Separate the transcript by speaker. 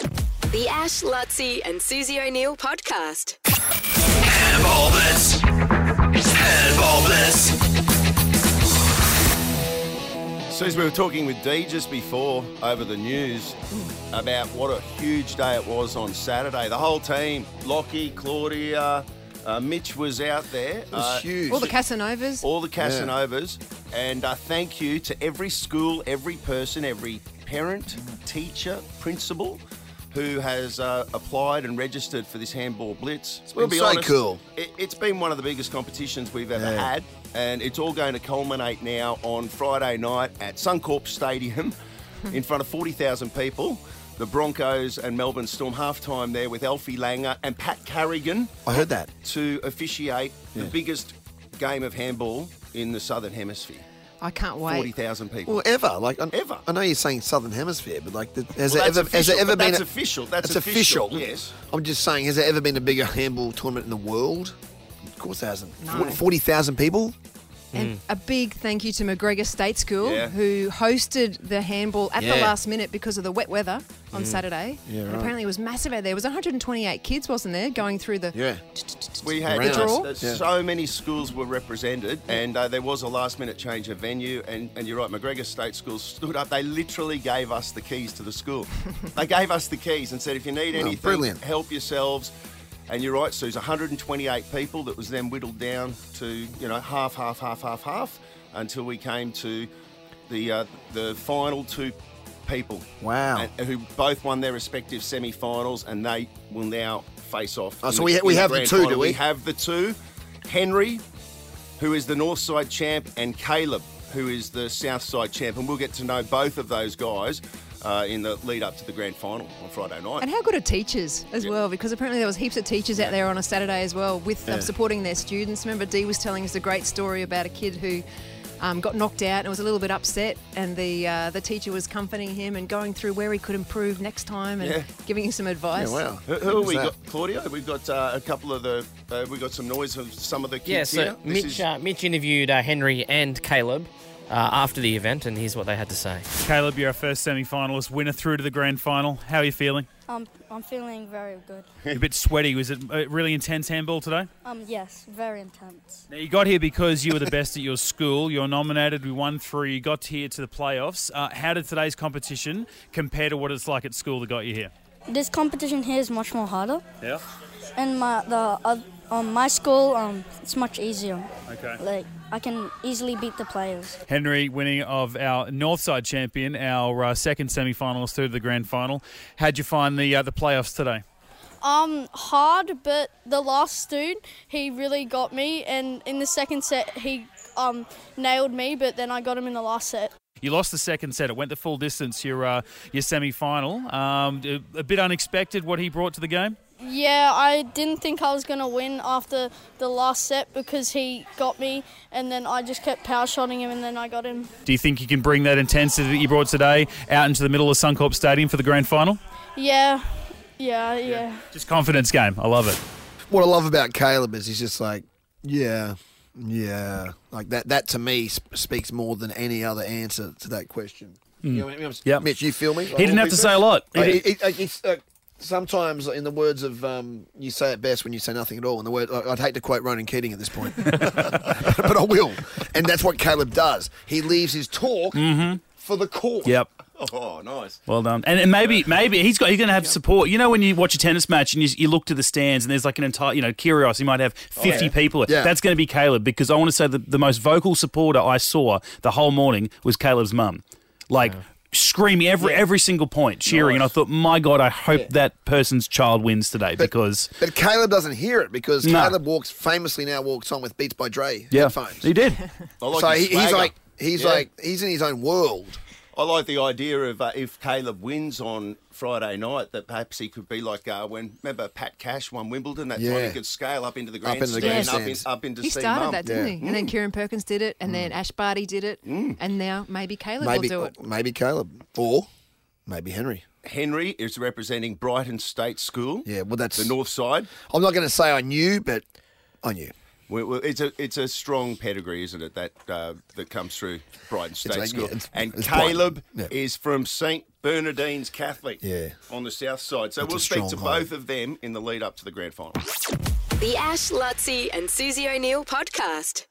Speaker 1: The Ash, Lutzi, and Susie O'Neill podcast.
Speaker 2: Handball Blitz. Handball Blitz.
Speaker 3: Suze, we were talking with Dee just before over the news about what a huge day it was on Saturday. The whole team, Lockie, Claudia, uh, Mitch was out there. Uh, It was huge.
Speaker 4: All the Casanovas.
Speaker 3: All the Casanovas. And uh, thank you to every school, every person, every parent, teacher, principal who has uh, applied and registered for this handball blitz. we'll
Speaker 5: been so cool.
Speaker 3: It, it's been one of the biggest competitions we've ever
Speaker 5: Yeah.
Speaker 3: had, and it's all going to culminate now on Friday night at Suncorp Stadium in front of 40,000 people. The Broncos and Melbourne Storm halftime there with Alfie Langer and Pat Carrigan
Speaker 5: I heard that.
Speaker 3: to officiate the biggest game of handball in the Southern Hemisphere.
Speaker 4: I can't wait.
Speaker 3: 40,000 people.
Speaker 5: Well, ever like I,
Speaker 3: Ever.
Speaker 5: I know you're saying Southern Hemisphere, but like, the, has
Speaker 3: Well,
Speaker 5: there
Speaker 3: that's
Speaker 5: ever has there
Speaker 3: official,
Speaker 5: ever
Speaker 3: but
Speaker 5: been
Speaker 3: that's
Speaker 5: a-
Speaker 3: official, that's
Speaker 5: it's
Speaker 3: official,
Speaker 5: official.
Speaker 3: yes.
Speaker 5: I'm just saying, has there ever been a bigger handball tournament in the world? Of course, there hasn't.
Speaker 4: No.
Speaker 5: What, Forty thousand people.
Speaker 4: And a big thank you to McGregor State School,
Speaker 3: Yeah.
Speaker 4: who hosted the handball at the
Speaker 5: Yeah.
Speaker 4: last minute because of the wet weather on Saturday.
Speaker 5: Yeah,
Speaker 4: and
Speaker 5: right.
Speaker 4: apparently it was massive out there. It was 128 kids, wasn't there, going through the.
Speaker 5: Yeah.
Speaker 3: We had
Speaker 5: Around.
Speaker 3: just-
Speaker 4: Draw?
Speaker 3: uh,
Speaker 5: Yeah.
Speaker 3: so many schools were represented, and uh, there was a last minute change of venue. And, and you're right, McGregor State School stood up. They literally gave us the keys to the school. they gave us the keys and said, if you need anything,
Speaker 5: brilliant.
Speaker 3: help yourselves. And you're right, Suze, 128 people that was then whittled down to you know half, half, half, half, half, until we came to the uh, the final two people.
Speaker 5: Wow.
Speaker 3: And- who both won their respective semi-finals, and they will now face off.
Speaker 5: Oh,
Speaker 3: in
Speaker 5: so
Speaker 3: the-
Speaker 5: we ha-
Speaker 3: in
Speaker 5: we have the
Speaker 3: grand
Speaker 5: two, do
Speaker 3: final.
Speaker 5: we?
Speaker 3: We have the two, Henry, who is the North Side champ, and Caleb, who is the South Side champ, and we'll get to know both of those guys uh, in the lead up to the grand final on Friday night.
Speaker 4: And how good are teachers as well? Because apparently there was heaps of teachers out there on a Saturday as well with um, supporting their students. Remember, Dee was telling us a great story about a kid who um, got knocked out and was a little bit upset, and the uh, the teacher was comforting him and going through where he could improve next time and
Speaker 3: Yeah.
Speaker 4: giving him some advice.
Speaker 5: Yeah, wow.
Speaker 3: Who, who have
Speaker 5: Who's
Speaker 3: we
Speaker 5: that?
Speaker 3: got, Claudio? We've got uh, a couple of the. Uh, we've got some noise of some of the kids
Speaker 6: Yeah, so
Speaker 3: here. This
Speaker 6: Mitch,
Speaker 3: is-
Speaker 6: uh, Mitch interviewed uh, Henry and Caleb uh, after the event, and here's what they had to say.
Speaker 7: Caleb, you're our first semi-finalist, winner through to the grand final. How are you feeling?
Speaker 8: Um, I'm feeling very good.
Speaker 7: You're a bit sweaty. Was it a really intense handball today?
Speaker 8: Um, yes, very intense.
Speaker 7: Now, you got here because you were the best at your school. You were nominated. We won through. You got here to the playoffs. Uh, how did today's competition compare to what it's like at school that got you here?
Speaker 8: This competition here is much more harder,
Speaker 7: Yeah.
Speaker 8: and my the oth- um, my school um, it's much easier.
Speaker 7: Okay.
Speaker 8: Like I can easily beat the players.
Speaker 7: Henry, winning of our Northside champion, our uh, second semi-finalist through to the grand final. How'd you find the uh, the playoffs today?
Speaker 9: um hard but the last dude he really got me and in the second set he um nailed me but then i got him in the last set
Speaker 7: You lost the second set. It went the full distance. Your uh, your semi final. Um, a, a bit unexpected what he brought to the game.
Speaker 9: yeah i didn't think i was going to win after the last set because he got me and then i just kept power shotting him and then i got him
Speaker 7: Do you think you can bring that intensity that you brought today out into the middle of Suncorp Stadium for the grand final?
Speaker 9: yeah yeah yeah,
Speaker 7: Just confidence game. I love it.
Speaker 5: What I love about Caleb is he's just like, yeah, yeah. Like that. That to me sp- speaks more than any other answer to that question. You know what I mean? I'm s-
Speaker 7: Yeah.
Speaker 5: Mitch, you feel me? Like,
Speaker 7: Hmm. He didn't have to say a lot. He
Speaker 5: Like, it-
Speaker 7: did-
Speaker 5: it- like, it's, uh, sometimes, in the words of, um, you say it best when you say nothing at all. In the word, like, I'd hate to quote Ronan Keating at this point, but I will, and that's what Caleb does. He leaves his talk for the court.
Speaker 7: Mm-hmm. Yep.
Speaker 3: Oh, nice.
Speaker 7: Well done. And, and maybe maybe he's got he's going to have support. You know when you watch a tennis match and you, you look to the stands and there's like an entire you know Kyrgios he might have 50 people.
Speaker 5: Yeah.
Speaker 7: That's going to be Caleb because I want to say that the most vocal supporter I saw the whole morning was Caleb's mum. Like Screaming every every single point, cheering, and I thought, my God, I hope that person's child wins today because
Speaker 5: But Caleb doesn't hear it because
Speaker 7: No.
Speaker 5: Caleb walks famously now walks on with Beats by Dre
Speaker 7: yeah,
Speaker 5: headphones.
Speaker 7: he did.
Speaker 3: I like
Speaker 5: so
Speaker 3: your
Speaker 5: he, he's
Speaker 3: swagger.
Speaker 5: like he's
Speaker 3: Yeah.
Speaker 5: like he's in his own world.
Speaker 3: I like the idea of uh, if Caleb wins on Friday night, that perhaps he could be like uh, when remember Pat Cash won Wimbledon. That time
Speaker 5: Yeah.
Speaker 3: he could scale up into the
Speaker 5: Up into the
Speaker 3: grandstand, up, in,
Speaker 5: grandstands.
Speaker 3: up into
Speaker 4: He
Speaker 3: see
Speaker 4: started
Speaker 3: Mum. Mm.
Speaker 4: that, didn't he? And then Kieran Perkins did it, and then Ash Barty did it, and now maybe Caleb
Speaker 5: Maybe
Speaker 4: will do it.
Speaker 5: maybe Caleb or maybe Henry.
Speaker 3: Henry is representing Brighton State School.
Speaker 5: Yeah, well, that's-
Speaker 3: the North Side.
Speaker 5: I'm not going to say I knew, but I knew.
Speaker 3: We, we, it's a it's a strong pedigree, isn't it? That uh, that comes through Brighton State
Speaker 5: like-
Speaker 3: School.
Speaker 5: yeah, it's-
Speaker 3: and
Speaker 5: it's
Speaker 3: Caleb
Speaker 5: Brighton, yeah.
Speaker 3: is from St Bernardine's Catholic.
Speaker 5: Yeah.
Speaker 3: on the south side. So
Speaker 5: That's a
Speaker 3: we'll speak to
Speaker 5: stronghold.
Speaker 3: both of them in the lead up to the grand final.
Speaker 1: The Ash, Lutzi, and Susie O'Neill podcast.